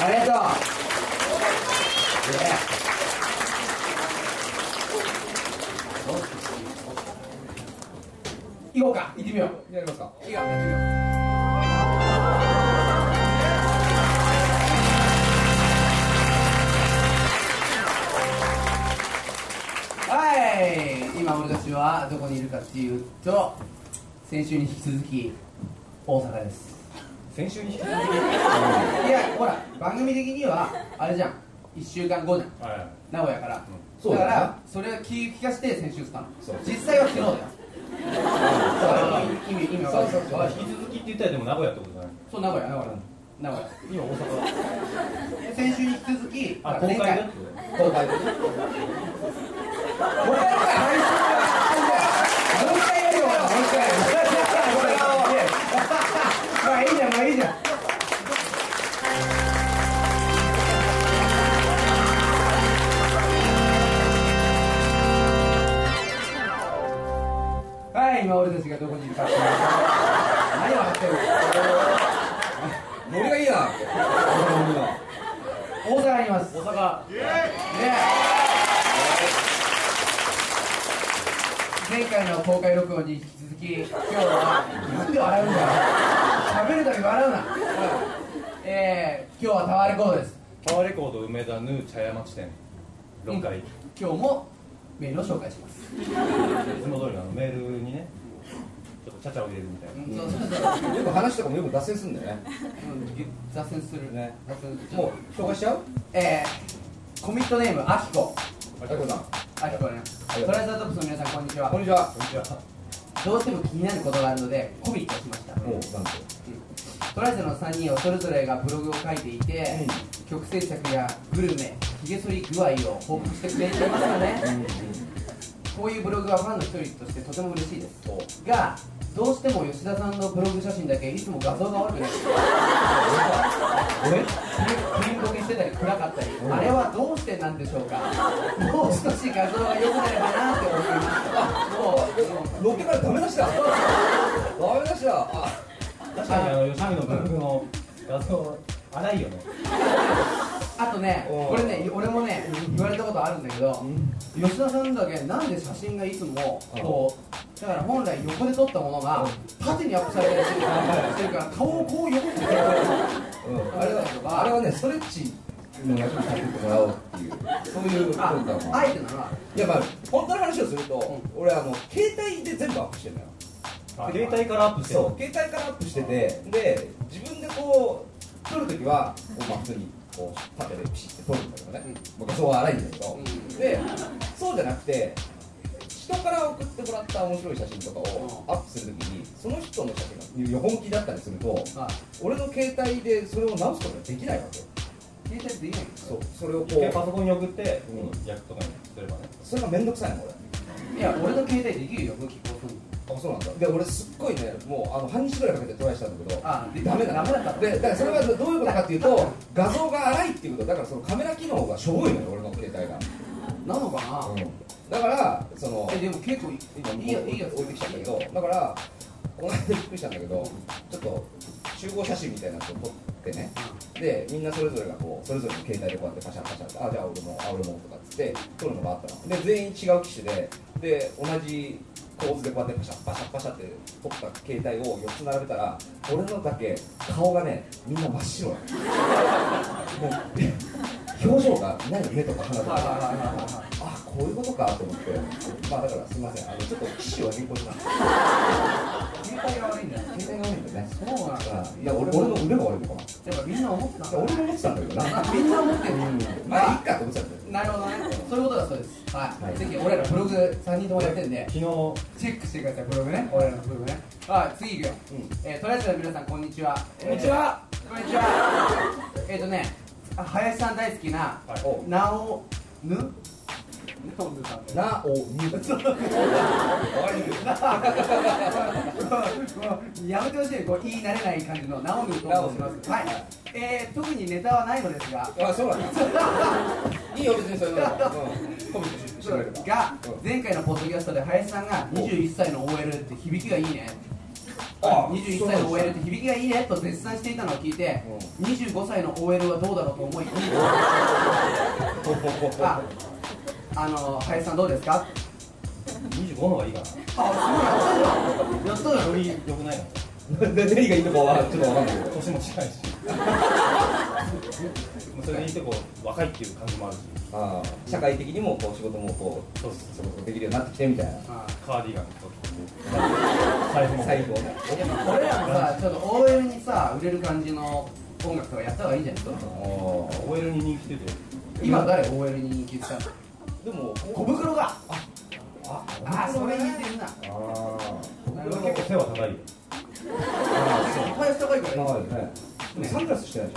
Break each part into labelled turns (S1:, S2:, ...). S1: ないと。ね行こうか行ってみようやりますかいいよやってみようはい今俺たちはどこにいるかっていうと先週に引き続き大阪です
S2: 先週に引き続
S1: いやほら番組的にはあれじゃん1週間後じゃん
S2: きはい
S1: 名古屋から、
S2: うんそう
S1: だ
S2: だ
S1: か
S2: ね
S1: らそれを聞聞かせて先週したの
S2: そう
S1: 実際は昨日だよそう意味意味わかる
S2: そうそう引き続きって言ったらでも名古屋ってことじゃない
S1: そう名古屋名古屋名古
S2: 今大阪だ
S1: 屋で先週に引き続き
S2: あ
S1: 前回
S2: 公開だって
S1: 公開でもう一回やるからもう一回やるよもう一回やるこれをまあいいじゃんまあいいじゃんはい、今俺たちがどこにいるかっていう何を張ってる
S3: ノリがいいな
S1: 大阪にいます
S2: 大阪
S1: ね前回の公開録音に引き続き今日はなんで笑うんだよ喋るたび笑うな、えー、今日はタワーレコードです
S2: パワーレコード梅田ヌー茶屋町店6階、い
S1: 今日もメールを紹介します、
S2: つも通りのあのメールにねちょっとチャチャを入れるみたいな
S1: うん、そうそうそう
S3: よく話とかもよく脱線するんだよね
S1: うん雑線するね雑線するも
S3: も
S1: う
S3: う紹介しちゃう
S1: えー、コミットネームあきこ
S3: あきこさん
S1: あきこねトライザートップスの皆さんこんにちは
S3: こんにちは
S2: こんにちは
S1: どうしても気になることがあるのでコミットしました
S3: もうなんと
S1: トラジャの3人はそれぞれがブログを書いていて、曲制作やグルメひげ剃り具合を報告してくれていますよね、こういうブログはファンの一人としてとても嬉しいです
S3: お
S1: がどうしても吉田さんのブログ写真だけいつも画像が悪くなって
S3: 俺
S1: プリンボケしてたり暗かったり
S3: ん
S1: あれはどうしてなんでしょうかもう少し画像が良くなればなって思いましたもうもう
S3: ロケからダメ出しだダメ出しだあ
S2: 確かにあの吉見のブログの画像荒いよね
S1: あとね、
S3: おう
S1: これね、俺もね、言われたことあるんだけど、吉田さんだけ、なんで写真がいつも、こう、だから本来横で撮ったものが、縦にアップされたりしてるから、してるから顔をこう横にしてる
S3: うんあれはあれはねストレッチの役に立ててもらおうっていうそういうことだ
S1: あ
S3: もん、
S1: あえてなのは、
S3: いやまあ本当の話をすると俺あの携帯で全部アップしてるのよ
S2: あ携帯からアップしてる
S3: そう携帯からアップしててで自分でこう撮るときはこうまあ普通にこう縦でピシッて撮るんだけどね、まあ画像は荒いんだけど、
S1: うん
S3: でそうじゃなくて人から送ってもらった面白い写真とかをアップするときにその人の写真が本気だったりすると
S1: あ
S3: 俺の携帯でそれを直すことができないわけよ
S1: 携帯でいいね
S3: そうそれをこ
S2: 一回パ
S3: う
S2: ソコンに送って、
S3: うん
S2: 役とかにすればね
S3: それが面倒くさいの
S1: い
S3: 俺
S1: や、俺の携帯できるよ、武器こうする
S3: あそうなんだで俺すっごいねもうあの半日ぐらいかけてトライしたんだけど
S1: あで
S3: ダメだ
S1: ダメだったの
S3: でだからそれはどういうことかっていうと画像が荒いっていうことだからそのカメラ機能がしょぼいのよ俺の携帯が、
S1: なのかな、
S3: だからその
S1: え、でも結構いい、いいや、いいやつ
S3: 置いてきたんだけどだからこの間びっくりしたんだけどちょっと集合写真みたいなのを撮ってねでみんなそれぞれがこうそれぞれの携帯でこうやってパシャンパシャンってあじゃあ俺もあ俺もとかっつって撮るのがあったので全員違う機種でで同じ構図でこうやってパシャッパシャッパシャって撮った携帯を4つ並べたら俺のだけ顔がねみんな真っ白なのもう表情がないの目とか鼻と
S1: はいはいはい
S3: か
S1: はいはい
S3: あこういうことかと思ってまあだからすみませんあのちょっと機種は変更します
S1: 携帯が悪いんだよ。
S3: 携帯が悪いんだよね
S1: そうなんだ。
S3: いや俺俺の腕が悪いのかない
S1: やっぱみんな思ってたん
S3: や
S1: だ
S3: 俺も思ってたんだけどな
S1: あみんな思ってるよ。
S3: まあいいかと思ってたんだよ
S1: なるほどね。そういうことだそうです。はい。
S3: はい
S1: ぜひ俺らブログ3人ともやってんで、
S2: 昨日
S1: チェックしてください、ブログね。俺らのブログね。はい、次いくよ。
S3: うん
S1: えー、とりあえず皆さん、こんにちは。
S3: こんにちは。
S1: こんにちは。えっ、とね、あ林さん大好きな、
S2: はい
S3: お
S1: なおぬなおぬさんです。
S3: な おにゅ
S1: やめてほしい、こう言い慣れない感じのなおぬと申します。はい。えー、特にネタはないのですが、
S3: あそうなんだいいよ別にそれはうんコミットしてくれれば
S1: が前回のポッドキャストで林さんが21歳の OL って響きがいいね
S3: あ
S1: 21歳の OL って響きがいいねと絶賛していたのを聞いて25歳の OL はどうだろうと思いああの林さんどうですか
S2: 25の方がいいかな
S1: あそうなんやったじゃんやった
S2: よ
S1: じ
S2: り良くないの
S3: 何がいいのかはちょっとわかんないけど
S2: 年も近い しそれでいてこう若いっていう感じもあるし
S3: ああ社会的にもこう仕事もこう
S2: そうです
S3: そろそろできるようになってきてみたいな
S1: ゃんあ
S2: カーディガンと財布も
S3: 財布をね
S1: 俺らもさちょっと OL にさ売れる感じの音楽とかやった方がいいんじゃないですか
S2: OL に人気出てて
S1: 今誰 OL に人気したの
S3: でも
S1: 小袋が
S3: あ
S1: あそれ似てるな
S3: ああ
S2: 俺は結構背は高いよ
S1: 林高いからいい
S3: あねでもサングラスしてないじ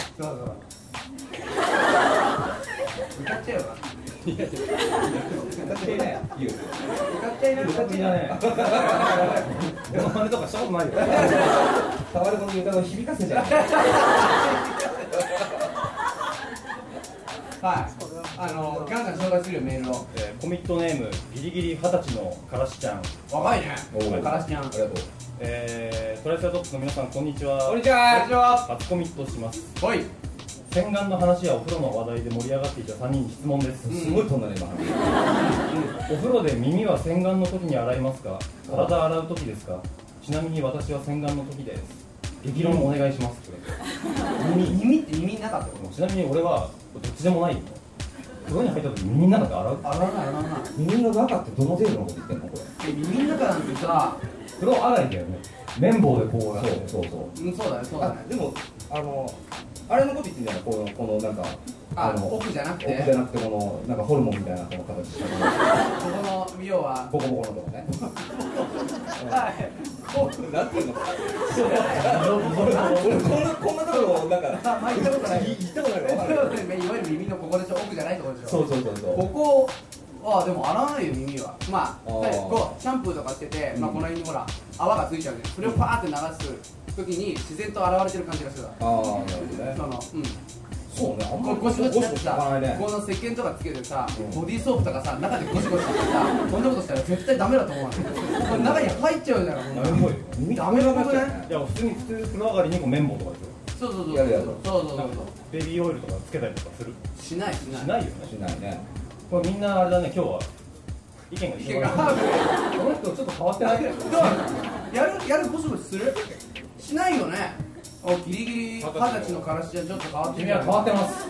S1: 歌っちゃえよな
S3: ゃんだってね言う
S1: 歌っちゃいな
S2: 歌っていないねモノマネとかしたことないよ
S3: タワレコの歌を響かせじゃんあ
S1: はいあのガンガン紹介するよメールを
S2: えーコミットネームギリギリ二十歳のからしちゃん
S1: 若いね
S3: おう
S1: からしちゃんこんに
S3: りがとう
S2: えートライセラトップスの皆さんこんにちは
S3: ちは
S1: ちは
S2: 初コミットします
S1: ほい
S2: 洗顔の話やお風呂の話題で盛り上がっていた3人に質問です、
S1: ん
S3: すごい飛んだね今
S2: お風呂で耳は洗顔の時に洗いますか体洗う時ですかちなみに私は洗顔の時です激論お願いしますこれ耳
S1: 耳って耳の中ってこ
S2: ちなみに俺はどっちでもないよ風呂に入った時耳の中洗う
S1: と洗わない洗わない
S3: 耳の中ってどの程度のこと言ってんのこ
S1: え耳の中なんてさ
S2: 風呂洗いだよね綿棒でこうやって
S3: れそうそうそう
S1: うんそうだねそうだ
S3: あ
S1: ね
S3: でもあのあれのこと言ってんじゃないこのこのなんか
S1: あ
S3: の
S1: 奥じゃなくて
S3: 奥じゃなくてこのなんかホルモンみたいなこの形したこ
S1: ここの要は
S3: のボコボコのとこね
S1: はい
S3: こうなんていうの俺こんなこんなところなんか
S1: あまあ行ったことない
S3: い行ったことない
S1: え
S3: からわかんない
S1: いわゆる耳のここでしょ奥じゃないところでしょ
S3: そうそうそうそう
S1: ここはでも洗わないよ耳はまあ
S3: あー
S1: だってこうシャンプーとかしてて、まあ、この辺にほら泡がついちゃうじゃんそれをパーって流す時に自然と洗われてる感じがするわ
S3: ああなるほどね
S1: そのうん
S3: そうねあんま
S1: こ
S3: り
S1: うゴシゴシだって
S3: ゴシゴシ
S1: さ
S3: いかないね
S1: この石鹸とかつけてさ
S3: うん
S1: ボディーソープとかさ中でゴシゴシってさこんなことしたら絶対ダメだと思うわねこれ中に入っちゃうじゃんこんな
S2: やめろよ
S3: 耳
S1: ダメだね
S3: ダメだね
S2: いや普通に普通風呂上がりにこう綿棒とかでし
S1: そうそうそうそ
S3: や
S1: うそう
S3: るやる
S1: そう
S2: ょ
S1: そ
S2: な
S1: うん
S2: かベビーオイルとかつけたりとかする
S1: しないしない
S2: しないよね
S3: しないね
S2: これみんなあれだね今日は意見が
S1: い
S2: 一
S1: け
S2: 緒
S1: が
S2: だねこの人ちょっと変わってないけど
S1: やるやるゴシゴシするしないよねおギリギリ二十歳のからしじゃちょっと変わってる
S2: 君は変わってます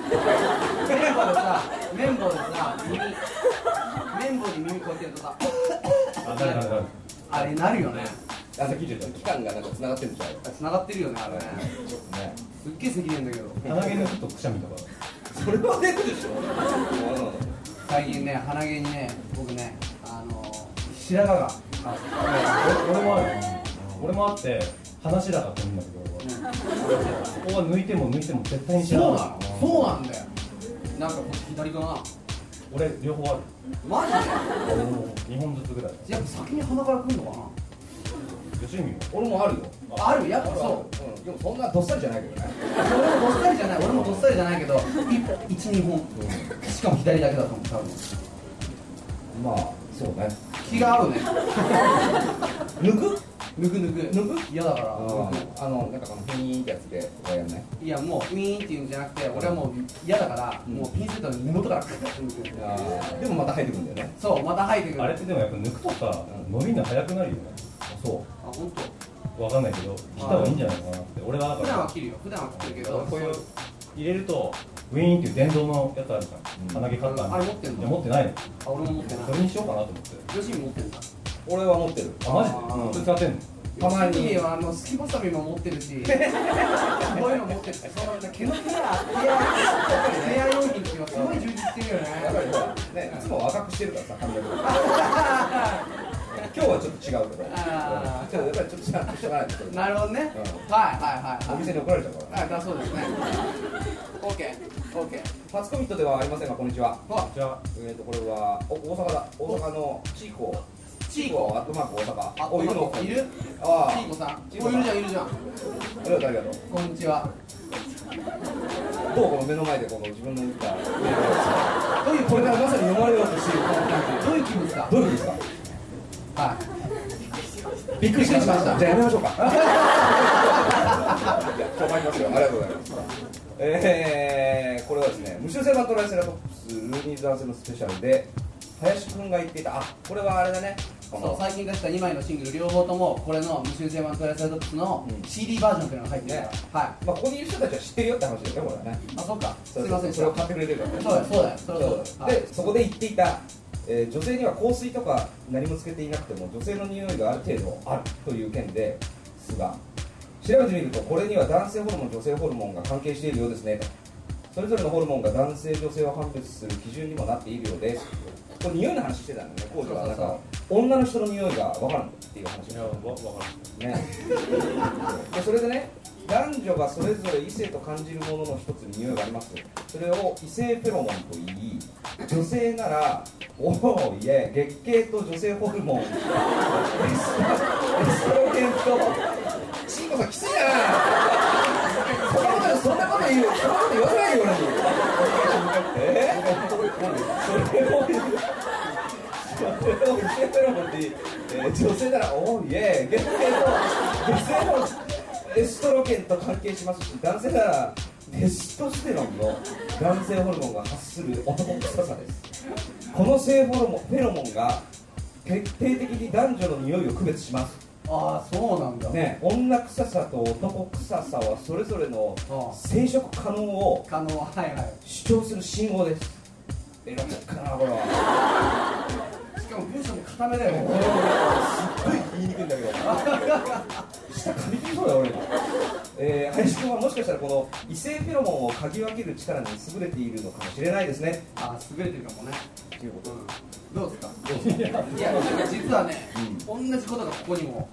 S1: 綿棒でさ綿棒でさ耳綿棒で耳こうやってやるとさ
S2: あ、誰誰誰
S1: あれなるよね
S3: あの期間がなんか繋がってるんじゃない
S1: つながってるよねあれね
S3: ね
S1: すっげえ咳出んだけど
S2: 鼻毛のちょっとくしゃみとか
S3: それは出るでしょ
S1: 最近ね鼻毛にね僕ねあの白髪が
S2: 俺もある俺もあって話だからんだけどここは抜いても抜いても絶対に知
S1: そう
S2: ら
S1: な
S2: ない
S1: のそうなんだよなんかこっち左かな
S2: 俺両方ある
S1: マジ
S2: 2本ずつぐらい
S1: でやっぱ先に鼻からくんのか
S2: 吉見は
S3: 俺もあるよ
S1: なあるやっぱそう
S3: う、ん、でもそんなどっさりじゃないけどね
S1: 俺もどっさりじゃない俺もどっさりじゃないけど12本しかも左だけだと思う多分
S3: まあそうね
S1: 気が合うね
S3: 抜く
S1: ぬくぬくぬく嫌だから
S3: あ
S1: 抜く
S3: あのなんかこのふにーってやつでこうやんない
S1: いやもうウィーンっていうんじゃなくて俺はもう嫌だから、
S3: うん
S1: もうピンセットの根元からクッて抜く
S3: あーでもまた入ってくるんだよね
S1: そうまた生えてくる
S2: あれってでもやっぱ抜くとさ伸びるの早くなるよね
S3: そ
S1: あ本当
S2: わかんないけど切った方がいいんじゃないかなって俺はだ
S1: 普段
S2: か
S1: は切るよ普段は切ってるけ
S2: ら
S1: ど
S2: こういう入れるとウィーンっていう電動のやつあるじゃん鼻毛カッター
S1: あれ持ってんの
S2: 持ってないの
S1: あ俺も持ってない
S2: それにしようかなと思って
S1: ヨシミ持ってんだ
S3: う俺は持ってる
S2: あマジで使ってんの
S3: たまに
S1: ヨシミはあの隙間サビも持ってるしこういうの持ってるしその毛のケアケア用品っていうのはすごい充実してるよ
S3: やっぱり
S1: ね
S3: ほらねいつも若くしてるからさ髪の毛今日はちょっと違うけど
S1: あー
S3: でもやっぱりちょっと違うしょうがないです
S1: なるほどね、
S3: うん
S1: はいはい
S3: お
S1: はい
S3: 店に怒られちゃうから
S1: はい
S3: ね
S1: あだそうですね OKOK、OK OK
S3: 初コミットではありませんがこんにちは
S1: ほら
S2: じゃあ
S3: えーとこれはお大阪だ大阪のチーコ
S1: チー
S3: コアットマーク大阪
S1: あ
S3: おいるの
S1: いる
S3: あ
S1: ピーコさん。
S3: ピー
S1: お
S3: コ
S1: い
S3: さん
S1: るじゃんいるじゃん。
S3: あありがとうありがとう
S1: こんにちは。
S3: どうこの目の前でこの自分の打った
S1: どういう
S3: これからまさに読まれようとしている
S1: どういう気分ですか。
S3: どういうことですか
S1: は
S3: びっくりしました。じゃあやめましょうか。いや困りますよ。ありがとうございます。えー、これはですね、無修正版トライセラトプスルーニーズ男性のスペシャルで林くんが言っていたあこれはあれだね。こ
S1: そう
S3: の
S1: 最近出した2枚のシングル両方ともこれの無修正版トライサイドプスの
S3: うん
S1: CD バージョンっていうのが入ってるから、
S3: ね
S1: は
S3: まあここにいる人たちは知ってるよって話だよねこれはね。
S1: いあそっかす
S3: そ
S1: いうませんでし
S3: そ
S1: た
S3: れを買ってくれてるからね。
S1: そうだよそうだよそれはそうだよ
S3: そうでそこで言っていた、えー女性には香水とか何もつけていなくても女性の匂いがある程度あるという件ですが調べてみるとこれには男性ホルモン女性ホルモンが関係しているようですねとそれぞれのホルモンが男性女性を判別する基準にもなっているようですこれ匂いの話してたんだよね工場はなんか女の人の匂いが分かるっていう話
S2: いやわわか
S3: ね、でそれでね男女がそれぞれ異性と感じるものの一つに匂いがありますそれを異性フェロモンと言い女性ならおおいえ月経と女性ホルモンエストロゲンと慎吾さんきついなそんなことそんなこと言うそんなこと言わせないよ俺にえそれをそれを受け取るのに、えー、女性なら「おーいえ月齢の女性のエストロゲンと関係しますし男性ならテストステロンの男性ホルモンが発する男臭さですこの性ホルモンフェロモンが決定的に男女の匂いを区別します
S1: ああそうなんだ、
S3: ね女臭さと男臭さはそれぞれの
S1: あ
S3: 生殖可能を
S1: あ可能ははいは
S3: 主張する信号ですエロテックなこれはい
S1: しかも文章も固めだよ
S3: すっ
S1: ね
S3: ごい言いにくいんだけど下噛み切りそうだよ俺今えー、林君はもしかしたらこの異性フェロモンを嗅ぎ分ける力に優れているのかもしれないですね
S1: ああ優れてるかもね
S3: っていうこ
S1: うんどうですか
S3: とどうですか
S1: いや実はね、同じことがここにも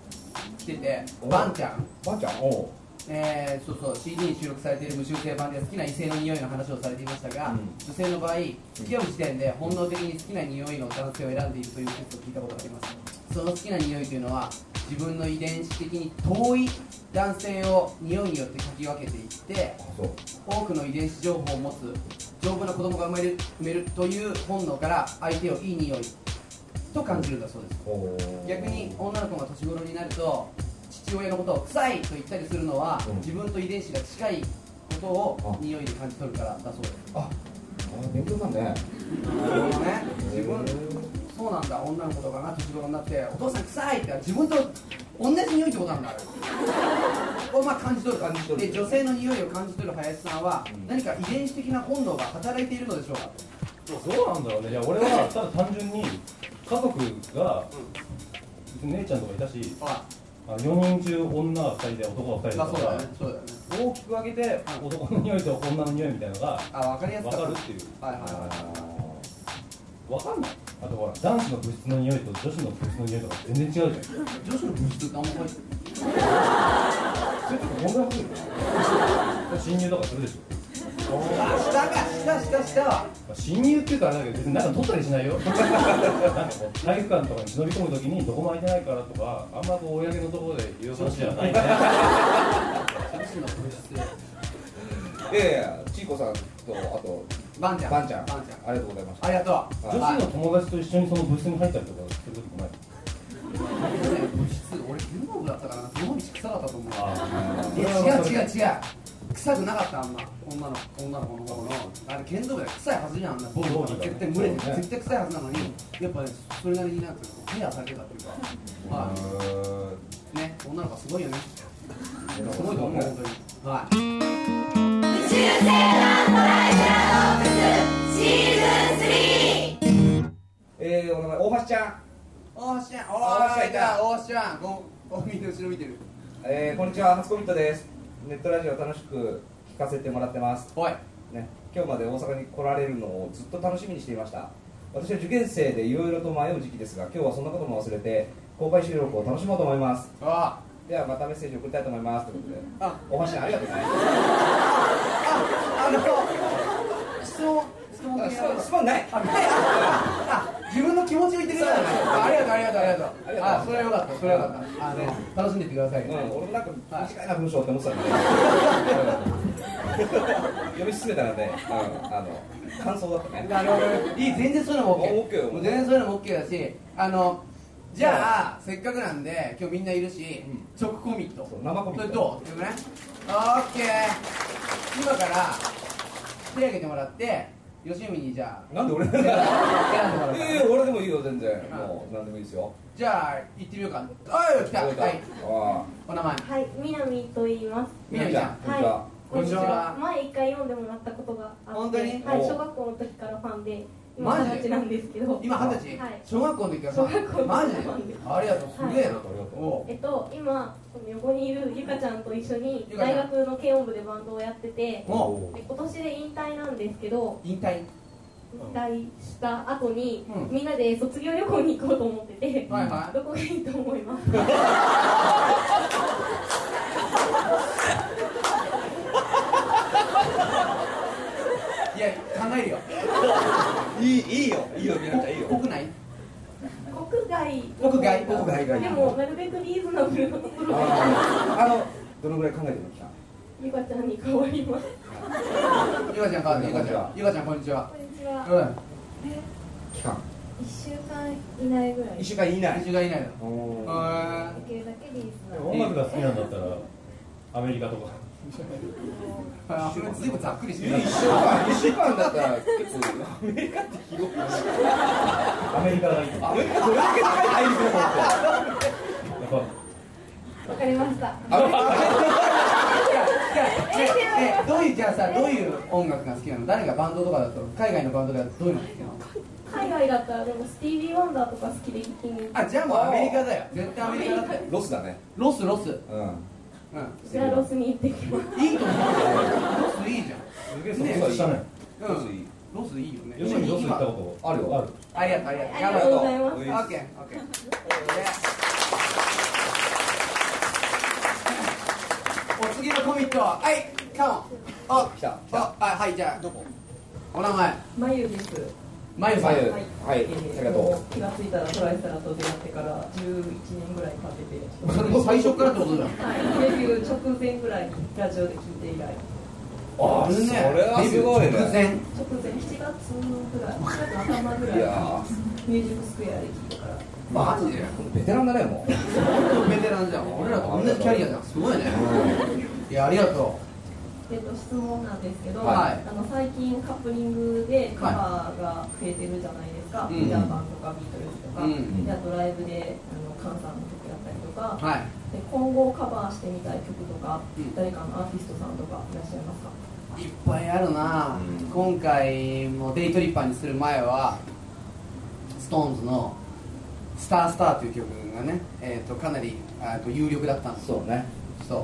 S1: 来てて
S3: お
S1: バンちゃん
S3: ばあちゃんおう
S1: えーそうそう CD に収録されている無修正版では好きな異性の匂いの話をされていましたが、
S3: うん
S1: 女性の場合付き合う時点で本能的に好きな匂いの男性を選んでいるという説を聞いたことがありますその好きな匂いというのは自分の遺伝子的に遠い男性を匂いによって嗅ぎ分けていって
S3: あそう
S1: 多くの遺伝子情報を持つ丈夫な子供が生まれる埋めるという本能から相手をいい匂いと感じるんだそうです
S3: おー
S1: 逆に女の子が年頃になると父親のことを臭いと言ったりするのは、
S3: うん
S1: 自分と遺伝子が近いことを匂いで感じ取るからだそうです
S3: ああ勉強なんだね
S1: なるほどね自分
S3: へー
S1: そうなんだ女の子とかが年頃になってお父さん臭いって自分と同じ匂いってことなんだあれをまあ感じ取る
S3: 感じ取る
S1: で女性の匂いを感じ取る林さんは、
S3: うん
S1: 何か遺伝子的な本能が働いているのでしょうか
S2: るどうなんだろうねいや俺はただ単純に家族が、姉ちゃんとかいたし
S1: あ
S2: あ4人中女が2人で男が2人
S1: まあ
S2: だ
S1: そう
S2: か
S1: だ
S2: ら、
S1: ねそうだよね
S2: 大きく分けて
S1: うん
S2: 男の匂いと女の匂いみたいなのが
S1: あ分かりやすか
S2: 分
S1: った
S2: かるっていう
S1: はいはい
S3: あ
S1: はい
S2: 分かんないあとほら男子の物質の匂いと女子の物質の匂いとか全然違うじゃん
S1: 女子の物質ってあんま入って
S3: ーそれちょっと問題発言だね
S2: 侵入とかするでしょ
S1: あ下か下下下は
S2: まあ侵入っていうかあれだけど別になんか取ったりしないよなんかこう体育館とかに忍び込む時にどこも空いてないからとかあんまこう公のところで言う話じゃないね
S1: 女子の物質
S3: いやいやちいこさんとあと
S1: バンちゃん
S3: ばんちゃん
S1: バン
S3: ありがとうございました
S1: ありがとう
S2: 女子の友達と一緒にその部室に入ったりとかする時もない
S1: 物質俺運動部だったからな日本一臭かったと思う
S2: あ
S1: いや違う違う違う臭くなかったあんな女の女の子の頃のあれ剣道部で臭いはずじゃんあんなボールとか絶対蒸れて
S3: そうね
S1: 絶対臭いはずなのにやっぱねそれなりになんていうのケアされてたっていうかは
S3: う
S1: いね女の子すごいよね
S3: ーん
S1: すごいと思う本当にはい
S4: 宇宙セーラートライセラトプスシーズン3
S3: えー、お名前大橋ちゃん
S1: おーしゃんお
S3: おーしゃんいた
S1: おーしゃんゴミの後ろ見てる
S3: えー、こんにちは、初コミットです。ネットラジオ楽しく聞かせてもらってます。
S1: おい
S3: ね、今日まで大阪に来られるのをずっと楽しみにしていました。私は受験生でいろいろと迷う時期ですが、今日はそんなことも忘れて、公開収録を楽しもうと思います。
S1: おー
S3: ではまたメッセージ送りたいと思います。ということで、
S1: あ
S3: お箸ありがとうございます。
S1: あの質問質問
S3: あ
S1: 系の
S3: 質問ない。
S1: ああ自分の気持ちを言ってくれたんだあありがとうありがとうありがとう
S3: ありがとう
S1: あそれはよかったそれはよかったあの楽しんでいってください
S3: うん、
S1: ね
S3: 俺もなんか短いな文章って思って たんで、読み進めたので、うん、あの感想だったね。
S1: あのいい全然そういうのも
S3: あ OK よ
S1: OK もう全然そういうのも OK だしあのじゃあせっかくなんで今日みんないるし、直コミット
S3: そう生コミ
S1: そ
S3: ッ
S1: れ
S3: ト
S1: どうよくないオッケー今から手挙げてもらって吉海にじゃ
S3: な んで俺
S1: あ選んでもら
S3: え
S1: うから
S3: え俺でもいいよ全然もう何でもいいですよ
S1: じゃあ行ってみようかおい来た
S3: どうか
S1: はい
S3: ああ
S1: お名前
S5: はい、南と言います。
S1: みなみちゃん
S3: こんにちは
S1: こんにちは
S5: 前一回読んでもらったことがあって、
S1: 本当に
S5: はい、
S3: お
S5: 小学校の時からファンで、今
S1: マジ
S5: 二十歳なんですけど、
S1: 今二十歳、
S5: はい
S1: 小学校の時から
S5: 小学校の時
S1: マジ
S5: そうなんです
S1: ありがとうすげえな、
S3: はいありがとう
S1: お
S5: えっと今この横にいるゆかちゃんと一緒に
S1: ゆかち
S5: 大
S1: ゃん
S5: 学の軽音部でバンドをやってて、
S1: おお
S5: で今年で引退なんですけど、
S1: 引退
S5: 引退した後に、
S1: うん
S5: みんなで卒業旅行に行こうと思ってて、
S1: はいはい
S5: どこがいいと思います。
S1: いや考えるよ
S3: いいいいよいいよみなちゃんいいよ
S1: 国内
S5: 国外
S1: 国外
S3: 国外がいい
S5: でもなるべくリーズナブルなところが
S3: あああのどのぐらい考えてきた
S5: ゆかちゃんに変わります。
S1: ゆかちゃんかゆかちゃんゆかちゃんこんにちは
S6: こんにちは。
S1: うん
S3: 期間
S6: 一週間以内ぐらい。
S3: 一
S6: で
S3: 週間以内
S1: 一週間以内
S3: お
S1: の
S3: お
S1: は
S6: きるだけリーズナブル。
S2: 音楽が好きなんだったらアメリカとか
S1: いそれずいぶんざっくりしてる
S3: 一週間一週間だったら結構アメリカって広い
S2: アメリカがいいやっ
S3: アメリカどれだけ高い大陸だと思って
S2: ぱ
S6: わかりました。
S3: アメリカ
S1: じゃあじゃあねねどういうじゃあさどういう音楽が好きなの誰がバンドとかだと海外のバンドだとどういうのが好きなの
S5: 海外だったらでもスティービー・ワンダーとか好きで聞きに
S1: あじゃあもうアメリカだよ絶対アメリカだって
S3: ロスだね
S1: ロスロス
S3: うん
S1: う
S5: じゃあロスに行ってきます
S1: んいいと思うよロスいいじゃん
S2: すげえそこしたね
S1: う
S3: ロスい
S1: ん
S3: い
S1: ロスいいよね
S2: よしみどうす行ったこ
S3: ある
S2: とあ
S3: よ
S2: る
S1: ありがとうありがとう
S5: ありがとうございます
S1: オッケーオッケーお次のコミットはいカモン
S3: 来た来
S1: お
S3: た
S1: あはいじゃあどこお名前
S7: まゆです。
S1: まゆさん
S3: 左右
S7: はい
S3: はい
S7: えー
S3: ありがと
S7: 気がついたらトライセラと出会ってから11年ぐらいかけて。
S1: それも最初からってことじゃん
S7: はい。デビュー直前ぐらいにラジオで聞いて以来。
S3: うあ
S1: あれね
S3: それはすごい
S1: デビュー直
S3: ね
S1: 前
S7: 直前7月ぐらい、7月頭ぐらい
S3: い
S7: に
S3: や
S7: ミュージックスクエアで聞いてから。
S1: マジで
S3: ーベテランだねもう
S1: 本当ベテランじゃん俺らと同じキャリアじゃんすごいねいやありがと
S7: えっと、質問なんですけど、
S1: はい
S7: あの最近カップリングでカバーが増えてるじゃないですか、
S1: うん
S7: ピーターパンとかビートルズとか、
S1: うん
S7: であとライブであのカンさんの曲だったりとか、
S1: うはい
S7: で今後カバーしてみたい曲とか、
S1: うん
S7: 誰かのアーティストさんとかいらっしゃいますか
S1: いっぱいあるな、
S3: うん
S1: 今回もデイトリッパーにする前は SixTONES の「スタースターという曲がね、えー、とかなりあーと有力だったんですよ
S3: そうね
S1: そ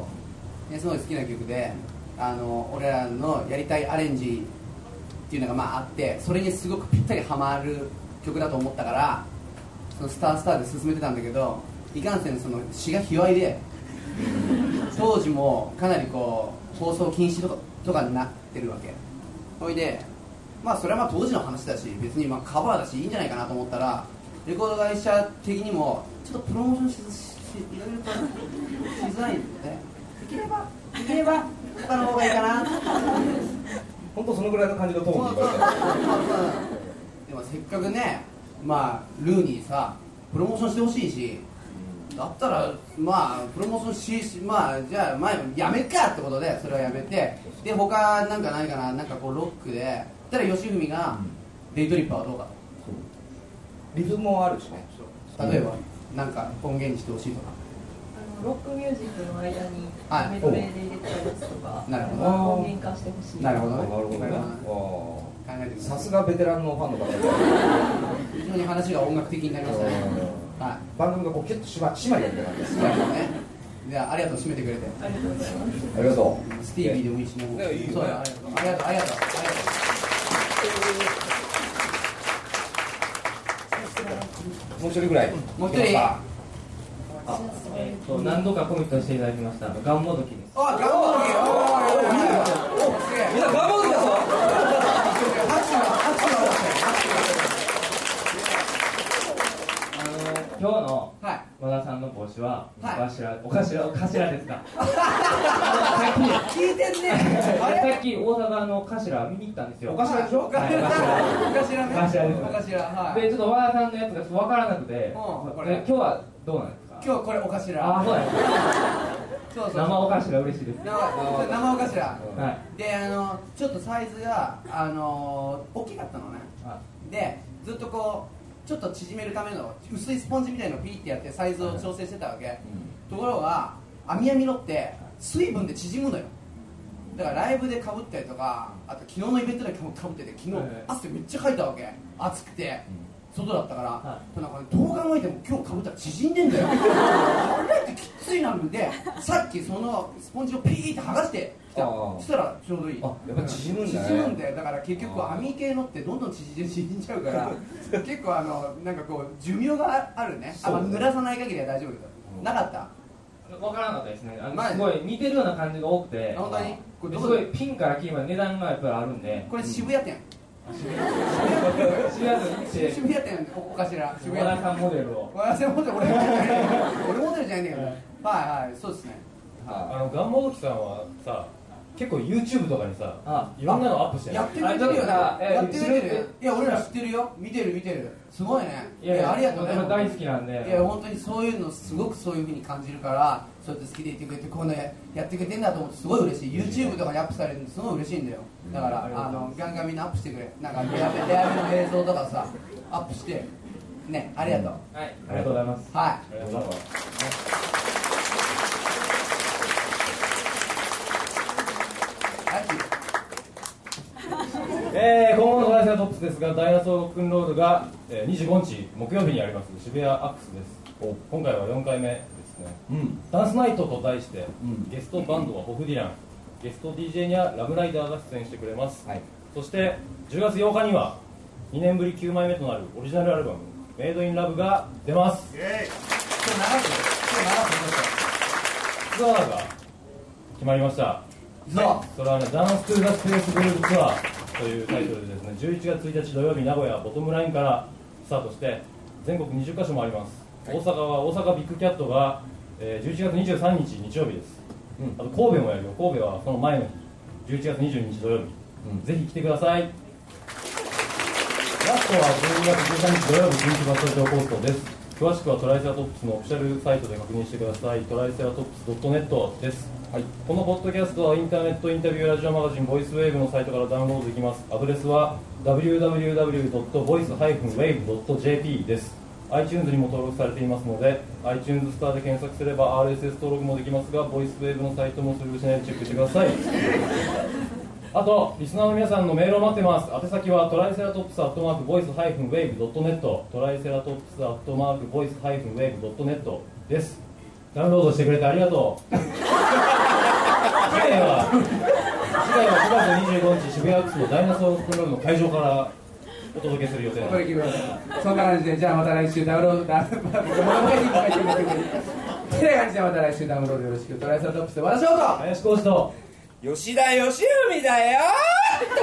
S1: うですごい好きな曲であの俺らのやりたいアレンジっていうのがまああってそれにすごくぴったりハマる曲だと思ったからそのスタースターで進めてたんだけどいかんせんその詩が卑猥で当時もかなりこう放送禁止とかとかになってるわけほいでまあそれはまあ当時の話だし別にまあカバーだしいいんじゃないかなと思ったらレコード会社的にもちょっとプロモーションししいろいろとしづらいんでできればできれば他の方がいいかな
S3: 本当そのぐらいの感じのト
S1: そう
S3: ー
S1: そ
S3: ン
S1: う
S3: で
S1: そう
S3: 言われた
S1: でもせっかくねまあルーにさプロモーションしてほしいしだったらまあプロモーションししまあじゃあ前やめっかってことでそれはやめてで他なんかないかななんかこうロックでそしたら吉文が「デイトリッパーはどうか
S3: リズムもあるしね
S1: と」例えばなんか音源にしてほしいとか
S7: あのロックミュージックの間に
S1: はい
S7: メドレーで入れたやつとか、
S1: なるほど
S7: 音源化してほしい
S1: なるほ
S3: あ
S1: ど
S3: なるほどね
S1: なる
S3: わ
S1: 考えて
S3: あ
S1: くださ
S3: さ
S1: い
S3: すがベテランのファンの方
S1: 非常に話が音楽的になりましたねは
S3: 番組がこうキュッと締ま締まりやってたんで
S1: い
S3: す
S1: そうだよねじゃあありがとう締めてくれて
S7: ありがとうございます
S3: ありがとう
S1: スティービーでもいいしね。
S3: ねいいよね
S1: そうだありがとう。ありがとう。ありがとう。ありがと
S3: もう一人ぐらい
S1: もう一人
S3: あ
S8: えっと何度かコミットしていただきましたガンモドキです
S1: う。あ、頑張るよ。おおおお。すげえ。
S3: みんな頑張ってたぞ
S1: 拍手が拍手が
S8: あの今日の
S1: はい。
S8: 和田さんの帽子はお
S1: はい
S8: 頭、お頭お頭ですか
S1: 聞いてんねあれ
S8: さっき大阪の頭見に行ったんですよ
S1: お頭でしょお
S8: はいお
S1: 頭
S8: 頭
S1: お頭ね
S8: お頭です
S1: お頭 はい
S8: でちょっと和田さんのやつが分からなくて、で
S1: こ
S8: 今
S1: れ
S8: 日はどうなんですか
S1: 今日これお頭
S8: ああそうなんですか
S1: そうそう
S8: 生お頭嬉しいです
S1: 生生お頭
S8: はい
S1: であのちょっとサイズがあの大きかったのね
S8: あ
S1: でずっとこうちょっと縮めるための薄いスポンジみたいのをピーってやってサイズを調整してたわけところが網やみのって水分で縮むのよだからライブでかぶったりとかあと昨日のイベントでかぶってて昨日
S8: はい
S1: 汗めっちゃかいたわけ暑くて外だったから、
S8: は
S1: なんかね、どう考えても今日かぶったら縮んでんだよあれってきついなんでさっきそのスポンジをピーって剥がしてきた
S3: あー
S1: そしたらちょうどいい
S3: あやっぱ縮むんだね
S1: 縮むんだよだから結局網系のってどんどん縮ん縮んじゃうから 結構あのなんかこう寿命があるねあ
S3: そう
S1: 濡らさない限りは大丈夫だよ
S3: うん
S1: なかった
S8: 分からなかったですねあの
S1: 前
S8: すごい似てるような感じが多くて
S1: 本当にこれ
S8: す
S1: ど
S8: ご
S1: こ
S8: いピンからキーまで値段がやっぱりあるんで
S1: これ渋谷店
S8: 知らずに行って
S1: 渋谷店おかしら 渋
S8: 和
S1: 谷
S8: 田
S1: 店
S8: さんモデルを
S1: 私モデル俺モデルじゃない俺モデルじゃないんだけどはいはいそうですね
S2: あのガンモドキさんはさ結構 YouTube とかにさ
S8: あ
S2: いろんなのアップして
S1: や
S2: ない
S1: ってくれてるよね
S8: あだからえ
S1: やってくれ
S8: 知っ
S1: てるよ
S8: てる
S1: いや俺ら知ってるよ見てる見てるすごいねいやありがとうね
S8: 俺も大好きなんで
S1: いや本当にそういうのすごくそういうふうに感じるからそうやって好きでいてくれてこうねやってくれてんだと思ってすごい嬉しい YouTube とかにアップされるのすごい嬉しいんだよだから
S8: ありが
S1: あ
S8: とうござい
S1: のガンガンみんなアップしてくれなんかレアレアの映像とかさアップしてねありがとう
S8: はいありがとうございます
S1: はい
S2: ありがとうございます
S1: ラッキー
S2: えー、今後の大事なトップスですが、ダイナソーロックンロールが、えー、25日木曜日にあります渋谷アックスです。今回は4回目ですね。
S3: うん
S2: ダンスナイトと題して、
S3: うん
S2: ゲストバンドはボブ・ディラン、ゲスト DJ にはラブライダーが出演してくれます。
S3: はい
S2: そして10月8日には2年ぶり9枚目となるオリジナルアルバム「メイドインラブが出ます
S1: 今日長く今日長くな
S2: ツアーが決まりました
S1: っ
S2: それはね「ダンス・トゥ・ザ・スペース・グループ・ツアー」というタイトルでですね11月1日土曜日名古屋ボトムラインからスタートして全国20カ所もあります、大阪は大阪ビッグキャットが、えー11月23日日曜日です、
S3: うん
S2: あと神戸もやるよ神戸はその前の日11月22日土曜日、
S3: うん
S2: ぜひ来てくださいラストは12月13日土曜日人気バトル上コーストです詳しくはトライセラトップスのオフィシャルサイトで確認してくださいトライセラトップス .net です、
S3: はい
S2: このポッドキャストはインターネットインタビューラジオマガジンボイスウェーブのサイトからダウンロードできますアドレスは www.voice-wave.jp です iTunes にも登録されていますので iTunes スターで検索すれば RSS 登録もできますがボイスウェーブのサイトもスルーしないでチェックしてくださいあと、リスナーの皆さんのメールを待ってます。宛先はトライセラトップスアットマークボイスハイフンウェイブドットネット、トライセラトップスアットマークボイスハイフンウェイブドットネットです。ダウンロードしてくれてありがとう。次回は、次回は9月25日渋谷アクスのダイナソープロールの会場からお届けする予定です。
S1: てそんな感じでじゃあまた来週ダウンロードダウンロードてな感じでまた来週ダウンロードよろしくトライサトップスで私翔太
S2: 林浩司と
S3: 吉田義文だよーっと